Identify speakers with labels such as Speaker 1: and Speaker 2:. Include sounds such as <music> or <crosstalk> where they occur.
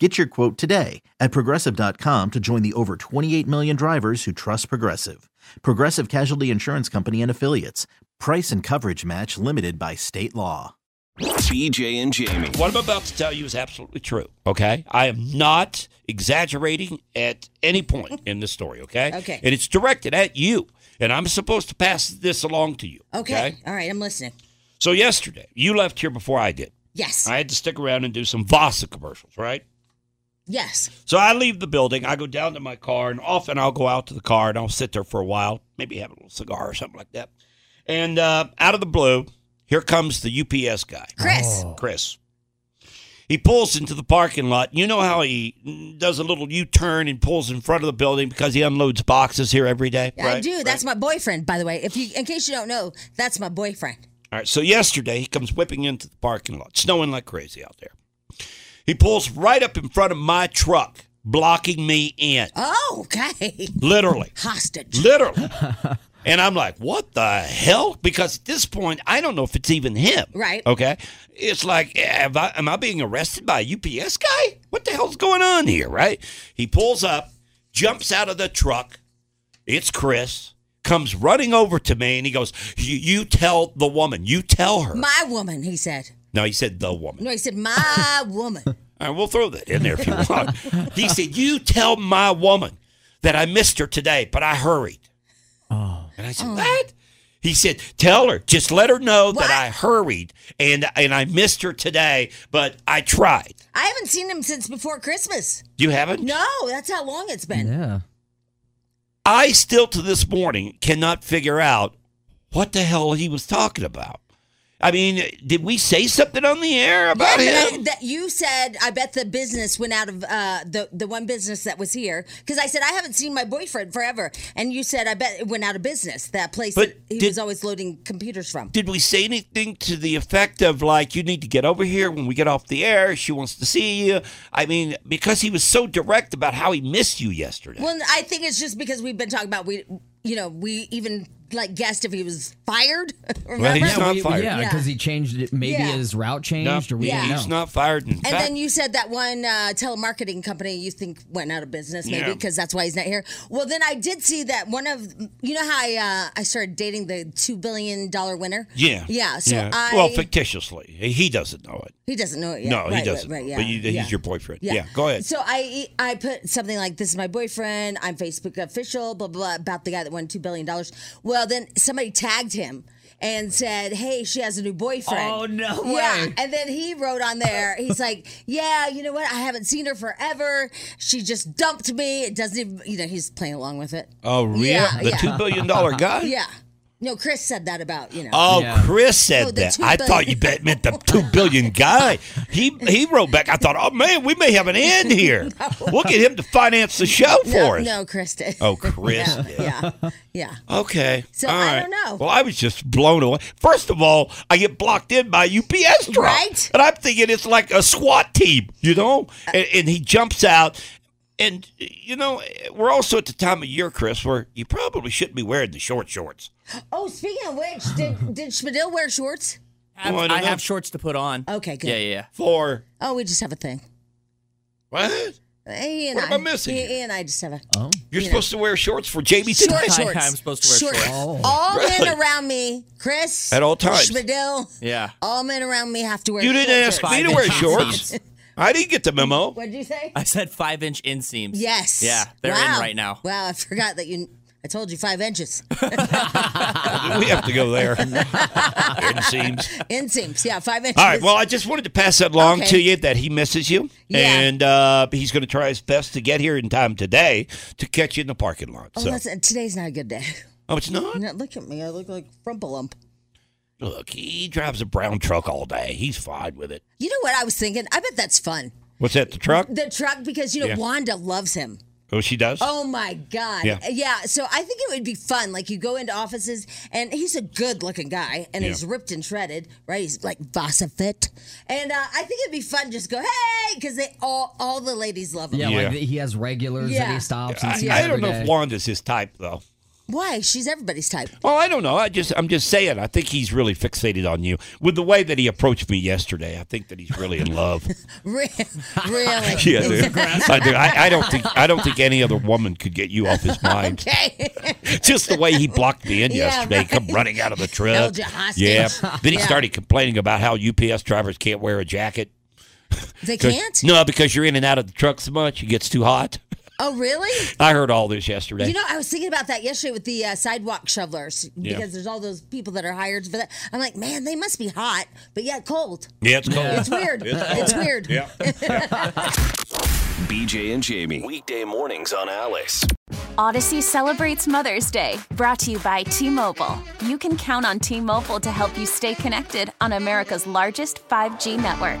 Speaker 1: Get your quote today at progressive.com to join the over 28 million drivers who trust Progressive. Progressive Casualty Insurance Company and Affiliates. Price and coverage match limited by state law.
Speaker 2: BJ and Jamie.
Speaker 3: What I'm about to tell you is absolutely true. Okay, I am not exaggerating at any point in this story. Okay,
Speaker 4: <laughs> Okay.
Speaker 3: and it's directed at you, and I'm supposed to pass this along to you.
Speaker 4: Okay. All right. I'm listening.
Speaker 3: So yesterday, you left here before I did.
Speaker 4: Yes.
Speaker 3: I had to stick around and do some Vasa commercials, right?
Speaker 4: Yes.
Speaker 3: So I leave the building. I go down to my car, and often I'll go out to the car and I'll sit there for a while, maybe have a little cigar or something like that. And uh, out of the blue, here comes the UPS guy.
Speaker 4: Chris.
Speaker 3: Oh. Chris. He pulls into the parking lot. You know how he does a little U turn and pulls in front of the building because he unloads boxes here every day.
Speaker 4: Yeah, I do. That's my boyfriend, by the way. If you, in case you don't know, that's my boyfriend.
Speaker 3: All right. So yesterday he comes whipping into the parking lot, snowing like crazy out there. He pulls right up in front of my truck, blocking me in,
Speaker 4: Oh, okay. <laughs>
Speaker 3: literally,
Speaker 4: Hostage.
Speaker 3: literally. <laughs> And I'm like, what the hell? Because at this point, I don't know if it's even him.
Speaker 4: Right.
Speaker 3: Okay. It's like, am I, am I being arrested by a UPS guy? What the hell's going on here? Right. He pulls up, jumps out of the truck. It's Chris. Comes running over to me and he goes, "You, you tell the woman. You tell her."
Speaker 4: My woman, he said.
Speaker 3: no, he said the woman.
Speaker 4: No, he said my woman.
Speaker 3: All right, we'll throw that in there if
Speaker 4: <laughs>
Speaker 3: you want. he said, "You tell my woman that I missed her today, but I hurried." Oh. And I said, "What?" He said, "Tell her, just let her know
Speaker 4: What?
Speaker 3: that I hurried and and I missed her today, but I tried."
Speaker 4: I haven't seen him since before Christmas.
Speaker 3: You haven't?
Speaker 4: No, that's how long it's been.
Speaker 5: Yeah.
Speaker 3: I still to this morning cannot figure out what the hell he was talking about. I mean, did we say something on the air about him?
Speaker 4: Yeah, but I- that you said, I bet the business went out of uh, the the one business that was here because I said I haven't seen my boyfriend forever, and you said I bet it went out of business that place
Speaker 3: But
Speaker 4: that he
Speaker 3: did-
Speaker 4: was always loading computers from.
Speaker 3: did we say anything to the effect of like you need to get over here when we get off the air she wants to see you i mean because he was so direct about how he missed you yesterday
Speaker 4: Well, I think it's just because we've been talking about we, you know, we even like guessed if he was fired. <laughs> Remember?
Speaker 3: Well, he's not
Speaker 5: Yeah,
Speaker 3: fired
Speaker 5: Yeah,
Speaker 4: Yeah.
Speaker 5: because he changed it. Maybe
Speaker 4: Yeah.
Speaker 5: his route changed, or we
Speaker 4: Yeah.
Speaker 5: didn't know.
Speaker 3: he's not fired in
Speaker 4: And
Speaker 3: fact,
Speaker 4: then you said that one uh, telemarketing company you think went out of business, maybe
Speaker 3: Yeah.
Speaker 4: because that's why he's not here. Well, then I did see that one of you know how I uh, I started dating the two billion dollar winner.
Speaker 3: yeah
Speaker 4: yeah. So
Speaker 3: Yeah.
Speaker 4: I
Speaker 3: well fictitiously he doesn't know it
Speaker 4: he doesn't know it yet.
Speaker 3: no
Speaker 4: right,
Speaker 3: he
Speaker 4: right,
Speaker 3: doesn't
Speaker 4: Right, yeah,
Speaker 3: but you,
Speaker 4: yeah.
Speaker 3: he's your boyfriend yeah, go ahead
Speaker 4: So I I put something like this is my boyfriend. I'm Facebook official. Blah blah, blah about the guy that won two billion dollars. Well, then somebody tagged him and said, "Hey, she has a new boyfriend."
Speaker 5: Oh, no
Speaker 4: Yeah,
Speaker 5: way.
Speaker 4: and then he wrote on there. He's like, "Yeah, you know what? I haven't seen her forever. She just dumped me. It doesn't even you know." He's playing along with it.
Speaker 3: oh really
Speaker 4: Yeah,
Speaker 3: the
Speaker 4: yeah.
Speaker 3: two billion
Speaker 4: <laughs>
Speaker 3: dollar guy
Speaker 4: Yeah. No, Chris said that about you know.
Speaker 3: Oh,
Speaker 5: Yeah.
Speaker 3: Chris said
Speaker 4: Oh, the
Speaker 3: that.
Speaker 4: two
Speaker 3: I
Speaker 4: billion.
Speaker 3: thought you bet meant the
Speaker 4: <laughs>
Speaker 3: two billion guy. He he wrote back. I thought, oh man, we may have an end
Speaker 4: <laughs>
Speaker 3: here. We'll get him to finance the show
Speaker 4: no,
Speaker 3: for us.
Speaker 4: no, Chris did.
Speaker 3: Oh, Chris did.
Speaker 4: <laughs> yeah, yeah, yeah.
Speaker 3: Okay.
Speaker 4: So,
Speaker 3: All
Speaker 4: I
Speaker 3: right.
Speaker 4: don't know.
Speaker 3: Well, I was just blown away. First of all, I get blocked in by UPS truck,
Speaker 4: Right? Uh,
Speaker 3: and I'm thinking it's like a SWAT team, you know. And, and he jumps out, and you know, we're also at the time of year, Chris, where you probably shouldn't be wearing the short shorts.
Speaker 4: Oh, speaking of which, did did Schmidl wear shorts?
Speaker 6: I have,
Speaker 3: Well, I don't
Speaker 6: I
Speaker 3: know.
Speaker 6: have shorts to put on.
Speaker 4: Okay, good.
Speaker 6: Yeah, yeah, yeah.
Speaker 3: For
Speaker 4: Oh, we just have a thing.
Speaker 3: what?
Speaker 4: He and
Speaker 3: What am
Speaker 4: I,
Speaker 3: I missing
Speaker 4: he-
Speaker 3: here?
Speaker 4: He and I just have a
Speaker 3: You're supposed to wear shorts for Jamie
Speaker 4: short
Speaker 3: tonight.
Speaker 4: shorts.
Speaker 6: I'm supposed to wear shorts.
Speaker 4: All
Speaker 3: Really?
Speaker 4: men around me, Chris.
Speaker 3: At all times.
Speaker 4: Schmidl.
Speaker 6: Yeah.
Speaker 4: All men around me have to wear.
Speaker 3: You didn't
Speaker 4: short
Speaker 3: ask
Speaker 4: shorts.
Speaker 3: me to
Speaker 6: Five
Speaker 3: wear
Speaker 6: inches.
Speaker 4: <laughs>
Speaker 3: shorts. I didn't get the memo.
Speaker 4: What did you say?
Speaker 6: I said five inch inseams.
Speaker 4: Yes.
Speaker 6: Yeah, they're
Speaker 4: Wow.
Speaker 6: in right now.
Speaker 4: Wow, I forgot that you. I told you five
Speaker 6: <laughs>
Speaker 4: inches.
Speaker 3: We have to go there. Inseams.
Speaker 4: Inseams. Yeah, five inches.
Speaker 3: All right. Well, I just wanted to pass that along
Speaker 4: Okay.
Speaker 3: to you that he misses you,
Speaker 4: Yeah.
Speaker 3: and uh, he's going to try his best to get here in time today to catch you in the parking lot.
Speaker 4: Oh,
Speaker 3: so,
Speaker 4: that's, today's not a good day. <laughs>
Speaker 3: oh, it's not.
Speaker 4: Now, look at me. I look like Frumpalump.
Speaker 3: Look, he drives a brown truck all day. He's fine with it.
Speaker 4: You know what I was thinking? I bet that's fun.
Speaker 3: What's that? The truck?
Speaker 4: The truck, because, you know,
Speaker 3: Yeah.
Speaker 4: Wanda loves him.
Speaker 3: Oh, she does?
Speaker 4: Oh my God.
Speaker 3: Yeah.
Speaker 4: So I think it would be fun. Like you go into offices and he's a good looking guy and
Speaker 3: Yeah.
Speaker 4: he's ripped and shredded, right? He's like Vasa fit. And uh, I think it'd be fun just go, hey, because they all all the ladies love him.
Speaker 5: Yeah,
Speaker 3: Yeah.
Speaker 5: like he has regulars that
Speaker 4: Yeah.
Speaker 5: he stops and
Speaker 3: I,
Speaker 5: sees
Speaker 3: I don't
Speaker 5: every
Speaker 3: know
Speaker 5: day.
Speaker 3: if Wanda's his type, though.
Speaker 4: Why? She's everybody's type. <laughs>
Speaker 3: Well, I don't know. I just I'm just saying. I think he's really fixated on you with the way that he approached me yesterday. I think that he's really in
Speaker 4: <laughs>
Speaker 3: love.
Speaker 4: Re- really?
Speaker 3: <laughs> yeah, dude. I do. I, I don't think I don't think any other woman could get you off
Speaker 4: <laughs>
Speaker 3: his mind.
Speaker 4: Okay. <laughs>
Speaker 3: Just the way he blocked me in
Speaker 4: Yeah,
Speaker 3: yesterday,
Speaker 4: right.
Speaker 3: come running out of the truck.
Speaker 4: Held you hostage. <laughs>
Speaker 3: Yeah. Then he
Speaker 4: Yeah.
Speaker 3: started complaining about how UPS drivers can't wear a jacket.
Speaker 4: they
Speaker 3: 'Cause-
Speaker 4: can't?
Speaker 3: No, because you're in and out of the truck so much, it gets too hot.
Speaker 4: Oh, really?
Speaker 3: I heard all this yesterday.
Speaker 4: You know, I was thinking about that yesterday with the uh, sidewalk shovelers because
Speaker 3: Yeah.
Speaker 4: there's all those people that are hired for that. I'm like, man, they must be hot, but yet cold.
Speaker 3: yeah, it's cold.
Speaker 4: It's weird. it's
Speaker 3: <laughs>
Speaker 4: weird.
Speaker 3: Yeah.
Speaker 2: BJ and Jamie. Weekday mornings on Alice.
Speaker 7: Odyssey celebrates Mother's Day, brought to you by T Mobile. You can count on T Mobile to help you stay connected on America's largest 5G network.